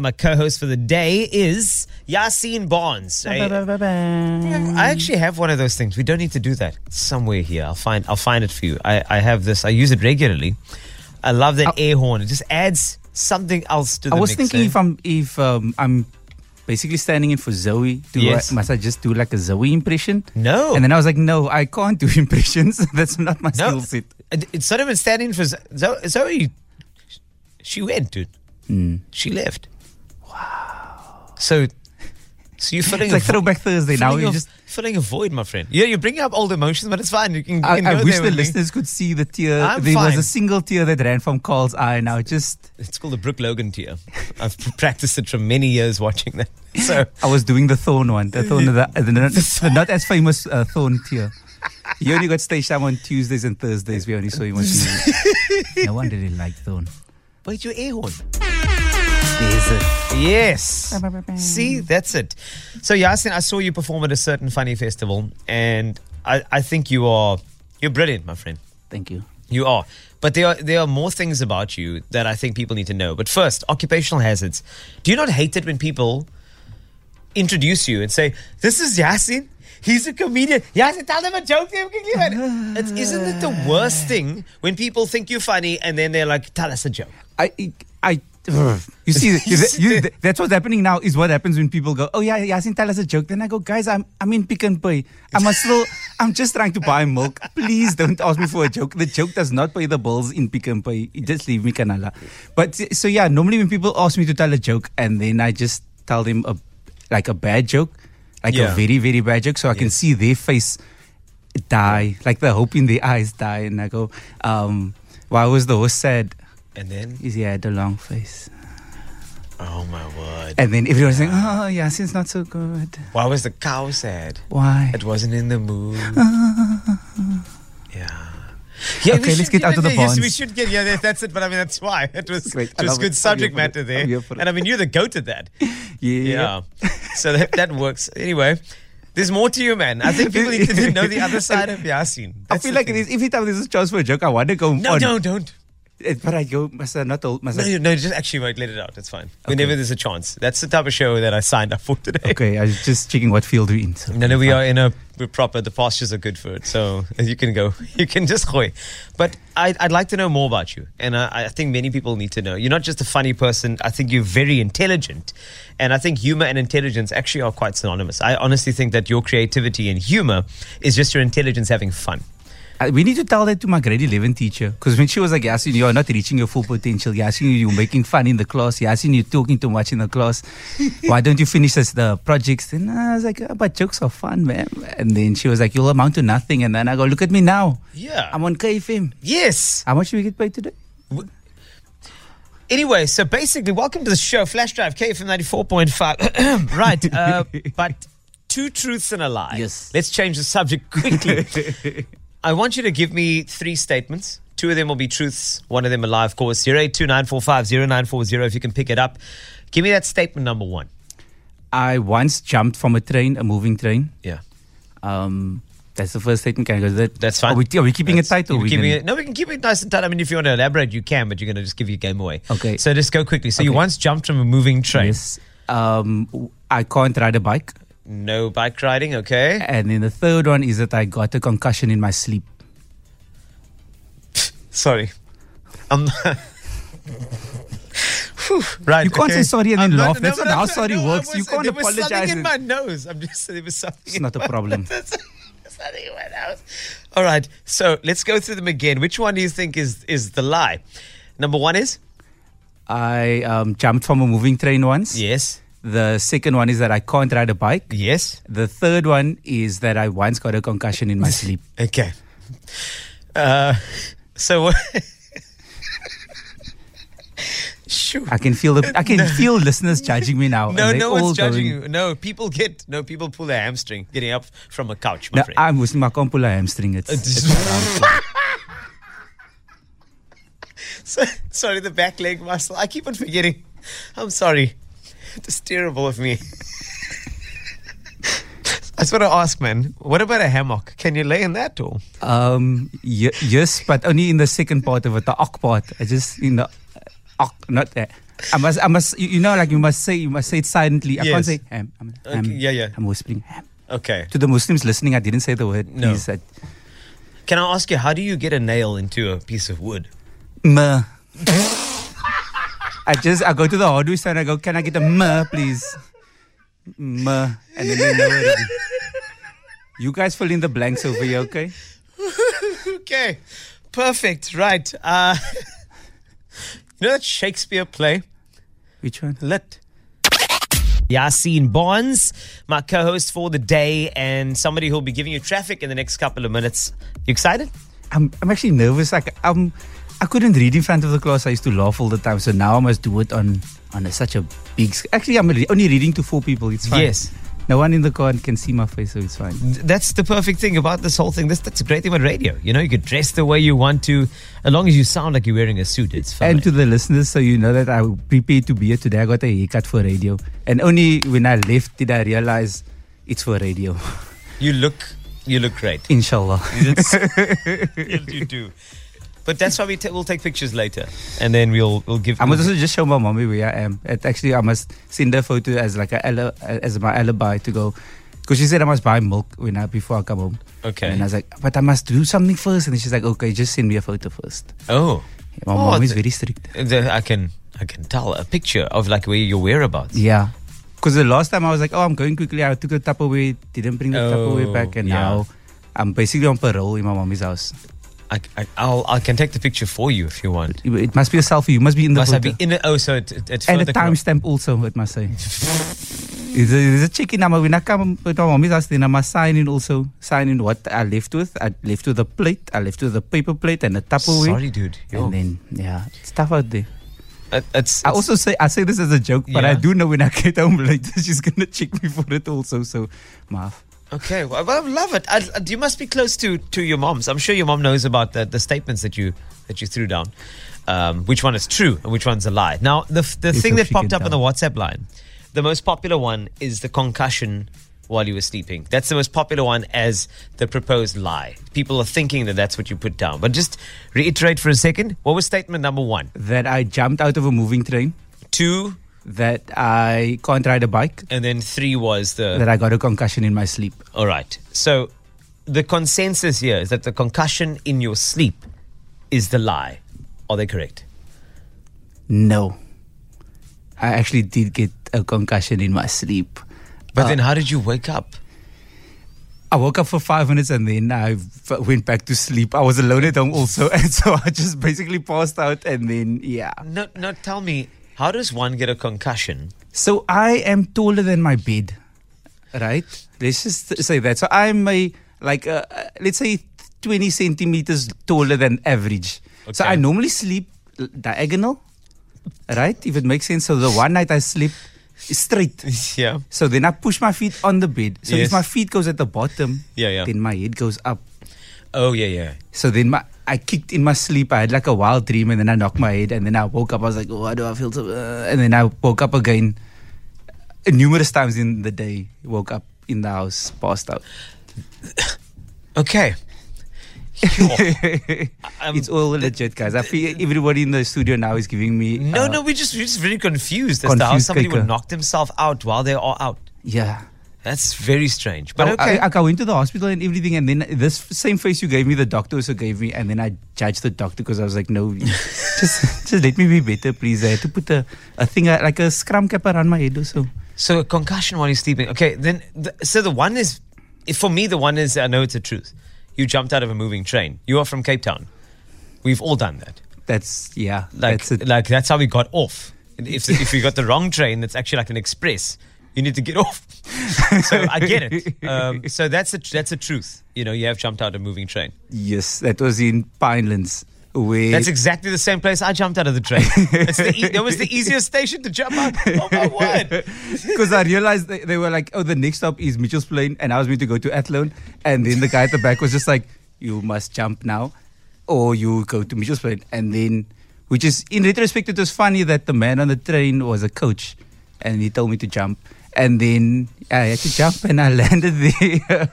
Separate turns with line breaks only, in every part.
My co-host for the day is Yasin Bonds. I, I actually have one of those things. We don't need to do that. It's somewhere here. I'll find I'll find it for you. I, I have this. I use it regularly. I love that air horn. It just adds something else to the
Oh. I was
mix,
thinking
eh?
if I'm if um, I'm basically standing in for Zoe, do
Yes. Oh.
I, must I just do like a Zoe impression?
No.
And then I was like, no, I can't do impressions. That's not my skill set.
it- It's not even standing for Zo- Zo- Zoe. She went, dude.
Hmm.
She left. Wow. So, so you're filling
It's like
a vo-
Throwback Thursday. Now
filling
you
a-
just.
filling a void, my friend. Yeah, you're bringing up old emotions, but it's fine. You can, you
I,
can
I
go
wish
there
the
with me.
listeners could see the tear.
I'm
there was
fine.
a single tear that ran from Carl's eye. Now it just,
It's called the Brooke Logan tier. I've practiced it for many years watching that. So
I was doing the thorn one, the thorn, of the, the, not, the not as famous uh, thorn tear. You only got stage time on Tuesdays and Thursdays. We only saw you on Tuesdays. no one really liked thorn.
wait, your air horn.
There's a
Yes. See, that's it. So Yasin, I saw you perform at a certain funny festival, and I, I think you are you're brilliant, my friend.
Thank you.
You are. But there are there are more things about you that I think people need to know. But first, occupational hazards. Do you not hate it when people introduce you and say, This is Yasin? He's a comedian. Yasin, tell them a joke they can give it. It's, isn't it the worst thing when people think you're funny and then they're like, Tell us a joke?
I, I, you see, that- you, that- that's what's happening now. Is what happens when people go, "Oh yeah, Yasin, tell us a joke." Then I go, "Guys, I'm I'm in pick and pay. I'm a slow. I'm just trying to buy milk. Please don't ask me for a joke. The joke does not pay the bills in pick and pay. Just leave me, Kanala." But so yeah, normally when people ask me to tell a joke, and then I just tell them a like a bad joke, like
Yeah.
a very very bad joke, so I can see their face die, like the hope in the eyes die, and I go, um, "Why was the horse sad?"
And then,
is he had a long face.
oh my word.
And then everyone's saying, oh, Yasin's not so good.
Why was the cow sad?
Why?
It wasn't in the mood. yeah. Yeah, we
Okay, let's
should
get out
it
of the
there. Yes, we
bonds.
should get. Yeah, that- that's it. But I mean, that's why it was.
Great.
It
I
was
love
good
it. I'm here
subject
for it.
matter there.
I'm here for it.
And I mean, you're the goat at that. Yeah. so that that works. Anyway, there's more to you, man. I think people need to know the other side of Yasin.
I
That's
feel
the
like it
thing.
is, every time there's a chance for a joke, I want to go
No,
on.
no, don't.
Eh, But I go, must I not old? Must
No,
I?
you- no, just actually wait, let it out. It's fine. Whenever there's a chance. That's the type of show that I signed up for today.
Okay, I was just checking what field we're in. So.
No, no, we are in a we're proper. The pastures are good for it, so you can go. You can just go. But I, I'd like to know more about you, and I, I think many people need to know. You're not just a funny person. I think you're very intelligent, and I think humor and intelligence actually are quite synonymous. I honestly think that your creativity and humor is just your intelligence having fun.
Uh, we need to tell that to my grade 11 teacher. Because when she was like, Yasin, you are not reaching your full potential. Yasin, you're making fun in the class. Yasin, you're talking too much in the class. Why don't you finish us the projects? And I was like, "Ah, but jokes are fun, man. And then she was like, you'll amount to nothing. And then I go, look at me now.
Yeah.
I'm on KFM.
Yes.
How much do we get paid today?
Anyway, so basically, welcome to the show, Flash Drive K from ninety four point five. right, uh, but two truths and a lie.
Yes.
Let's change the subject quickly. I want you to give me three statements. Two of them will be truths, one of them a lie, of course. 0829450940 if you can pick it up. Give me that statement number one.
I once jumped from a train, a moving train.
Yeah.
Um, that's the first statement. Can I go to that?
That's fine.
Are we, are we keeping
That's-
a title?
we're
We
keeping
can-
it, no, we can keep it nice and tight. I mean, if you want to elaborate, you can, but you're going to just give your game away.
Okay.
So just go quickly. So you
Okay.
once jumped from a moving train.
Yes. Um, w- I can't ride a bike.
No bike riding, okay?
And then the third one is that I got a concussion in my sleep.
Sorry. Um, Whew, right.
You can't
okay. Um,
say sorry and then
I'm
laugh. That's not how sorry
I
works. You
was-
can't
there was
apologize
something in
and-
my nose. I'm just there was something.
It's
in
not a
my-
problem.
There's something in my nose. All right. So let's go through them again. Which one do you think is is the lie? Number one is
I um, jumped from a moving train once.
yes,
The second one is that I can't ride a bike.
yes.
The third one is that I once got a concussion in my sleep.
Okay. Uh, so. Shoot.
I can feel the I can feel listeners judging me now.
No,
and they
no one's
all
judging
going-
you. No, people get no people pull their hamstring getting up from a couch, my
No,
friend. Uh,
I'm Muslim. I can't pull a hamstring. It's,
It's- So- sorry, the back leg muscle. I keep on forgetting. I'm sorry. It's terrible of me. I just want to ask, man. What about a hammock? Can you lay in that or?
um, ye- yes, but only in the second part of it, the ok part. I just in the ok, not that. I must, I must, you you know, like you must say, you must say it silently. I can't
Yes.
say ham. I'm,
Okay,
ham.
yeah, yeah.
I'm whispering ham.
Okay.
To the Muslims listening, I didn't say the word.
No.
Please, I,
Can I ask you, how do you get a nail into a piece of wood?
meh. I just, I go to the hardware store and I go, can I get a meh, please? Meh. And then they know it. You guys fill in the blanks over here, okay?
Okay. Perfect. Right. Uh, you know that Shakespeare play?
Which one?
Lit. Yassine Bonds, my co host for the day, and somebody who'll be giving you traffic in the next couple of minutes. You excited?
I'm, I'm actually nervous. Like I'm, I couldn't read in front of the class. I used to laugh all the time. So now I must do it on on a, such a big. sc- Actually, I'm re- only reading to four people. It's fine.
Yes.
No one in the car can see my face, so it's fine.
That's the perfect thing about this whole thing. That's, that's a great thing about radio. You know, you can dress the way you want to, as long as you sound like you're wearing a suit. It's fine.
And to the listeners, so you know that I prepared to be here today. I got a haircut for radio, and only when I left did I realize it's for radio.
you look, you look great.
Inshallah.
you, you do. But that's why we ta- we'll take pictures later, and then we'll we'll give.
I must also just show my mommy where I am. It actually, I must send her photo as like a ali- as my alibi to go, because she said I must buy milk when I before I come home.
Okay.
And I was like, but I must do something first, and then she's like, okay, just send me a photo first.
oh,
My
Oh,
mom is
the-
very strict.
the- I can I can tell a picture of like where your whereabouts.
Yeah. Because the last time I was like, oh, I'm going quickly. I took the Tupperware, didn't bring the
Oh,
Tupperware back, and
yeah.
now I'm basically on parole in my mommy's house.
I, I I'll, I can take the picture for you if you want.
It, it must be a selfie. You must be in the
Must I
photo.
be in a, oh so it, it, it's
and a
further cro-
timestamp also, it must say. There's a, there's a check-in number. When I come with my mommy's house, then I must sign in also. Sign in what I left with. I left with a plate. I left with a paper plate and a Tupperware.
Sorry, dude. Yo.
And then, yeah, it's tough out there.
It- it's,
I also say I say this as a joke, but I
Yeah.
do know when I get home later, she's gonna check me for it also. So, maaf.
okay. Well, I love it. I, I- you must be close to to your mom's. I'm sure your mom knows about the, the statements that you that you threw down. Um, which one is true and which one's a lie? Now, the f- the
It's
thing
a
that popped
freaking
up on the WhatsApp line, the most popular one is the concussion while you were sleeping. That's the most popular one as the proposed lie. People are thinking that that's what you put down. But just reiterate for a second. What was statement number one?
That I jumped out of a moving train.
Two,
That I can't ride a bike.
and then three was the
That I got a concussion in my sleep.
All right. So the consensus here is that the concussion in your sleep is the lie. Are they correct?
No, I actually did get a concussion in my sleep.
But
Uh,
then how did you wake up?
I woke up for five minutes and then I f- went back to sleep. I was alone at home also, and so I just basically passed out. And then yeah,
No, no, tell me, how does one get a concussion?
so I am taller than my bed, right? Let's just say that. So I'm a like a, uh, let's say twenty centimeters taller than average. So
Okay.
I normally sleep diagonal, right? If it makes sense. So the one night I slept straight.
Yeah.
So then I push my feet on the bed. So
Yes.
if my feet goes at the bottom,
Yeah, yeah.
then my head goes up.
Oh, yeah, yeah.
So then my I kicked in my sleep. I had like a wild dream, and then I knocked my head, and then I woke up. I was like, "Oh, why do I feel so?" Uh, and then I woke up again, uh, numerous times in the day. Woke up in the house, passed out.
Okay. Yo. I'm-
it's all legit, guys. I feel everybody in the studio now is giving me
No,
uh,
no, we're just, we're just really confused as to how
Confused
somebody would
kicker.
knock themselves out while they are out.
yeah.
That's very strange. But
Oh, I-
okay.
I, I, went to the hospital and everything, and then this same face you gave me, the doctor also gave me, and then I judged the doctor because I was like, no, just just let me be better, please. I had to put a, a thing uh, like a scrum cap around my head or so.
So a concussion while you're sleeping. Okay, then the, so the one is for me the one is I know it's a truth. You jumped out of a moving train. You are from Cape Town. We've all done that.
That's yeah,
Like
that's it.
like that's how we got off. And If if we got the wrong train, that's actually like an express. You need to get off. so I get it. Um, so that's a that's a truth. You know, you have jumped out of a moving train.
yes, that was in Pinelands. Where
That's exactly the same place I jumped out of the train. That's the e- that was the easiest station to jump out. Oh my word!
Because I realized they, they were like, oh, the next stop is Mitchell's Plain, and I was meant to go to Athlone. And then the guy at the back was just like, you must jump now, or you go to Mitchell's Plain. And then, which is, in retrospect, it was funny that the man on the train was a coach, and he told me to jump. And then I had to jump, and I landed there.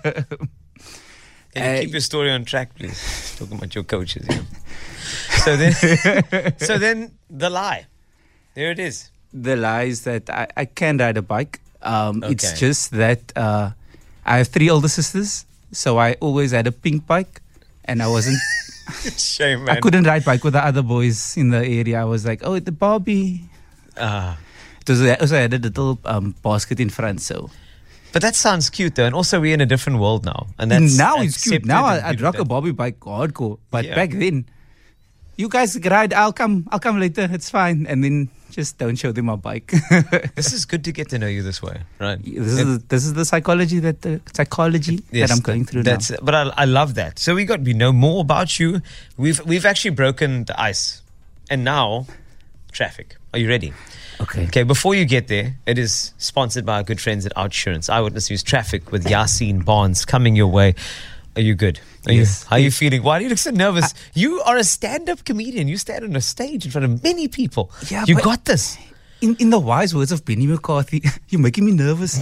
Can you
Uh,
keep your story on track, please? Talking about your coaches. Yeah. So then, so then the lie. There it is.
the lies that I, I can ride a bike. Um, It's
Okay.
just that uh, I have three older sisters, so I always had a pink bike, and I wasn't.
Shame, man.
I couldn't ride bike with the other boys in the area. I was like, oh, the Barbie.
Ah.
It was also I had a little um, basket in front, so
but that sounds cute, though. And also, we're in a different world now. And that's
now it's cute.
accepted
Now
and
I, I'd
good
rock a
with that.
Barbie bike hardcore, but
Yeah.
back then, you guys ride. I'll come. I'll come later. It's fine. And then just don't show them my bike.
This is good to get to know you this way, right?
this is this is the psychology that the psychology that I'm going through
that's,
now.
But I, I love that. So we got we know more about you. We've we've actually broken the ice, and now traffic. Are you ready?
Okay.
Okay. Before you get there, it is sponsored by our good friends at Outsurance. Eyewitness News Traffic with Yassine Barnes coming your way. Are you good? Are
Yes.
you, how are you feeling? Why do you look so nervous? you are a stand-up comedian. You stand on a stage in front of many people.
Yeah,
you
but-
got this.
In in the wise words of Benny McCarthy, you're making me nervous.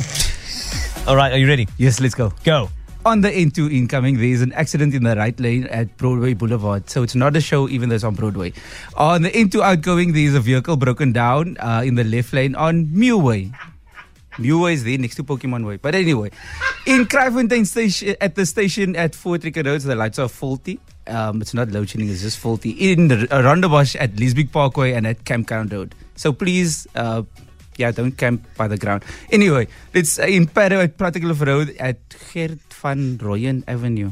All right. Are you ready?
yes, let's go.
Go.
On the N2 incoming, there is an accident in the right lane at Broadway Boulevard, so it's not a show even though it's on Broadway. On the N2 outgoing, there is a vehicle broken down uh, in the left lane on Mewway. Mewway is there next to Pokemon Way. But anyway, in Cryfontein station, at the station at Fort Ricker Roads, the lights are faulty. Um, it's not load shedding, it's just faulty. In the uh, Rondebosch at Leesbeek Parkway and at Campground Road. So please, uh, yeah, don't camp by the ground. Anyway, it's uh, in Paro at Pratiklof Road at Gert van Royen Avenue.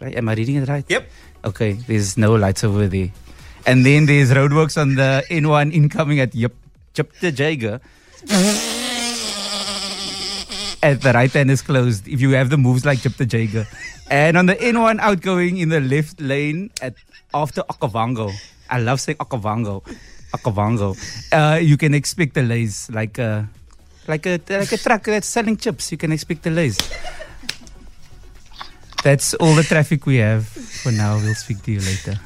Right? Am I reading it right?
Yep.
Okay, there's no lights over there. And then there's roadworks on the N1 incoming at Yep Chapter Jager. At the right hand is closed if you have the moves like Chapter Jager. And on the N1 outgoing in the left lane at after Okavango. I love saying Okavango. Okavango. Uh, you can expect delays like a, like a like a truck that's selling chips. You can expect delays. That's all the traffic we have for now. We'll speak to you later.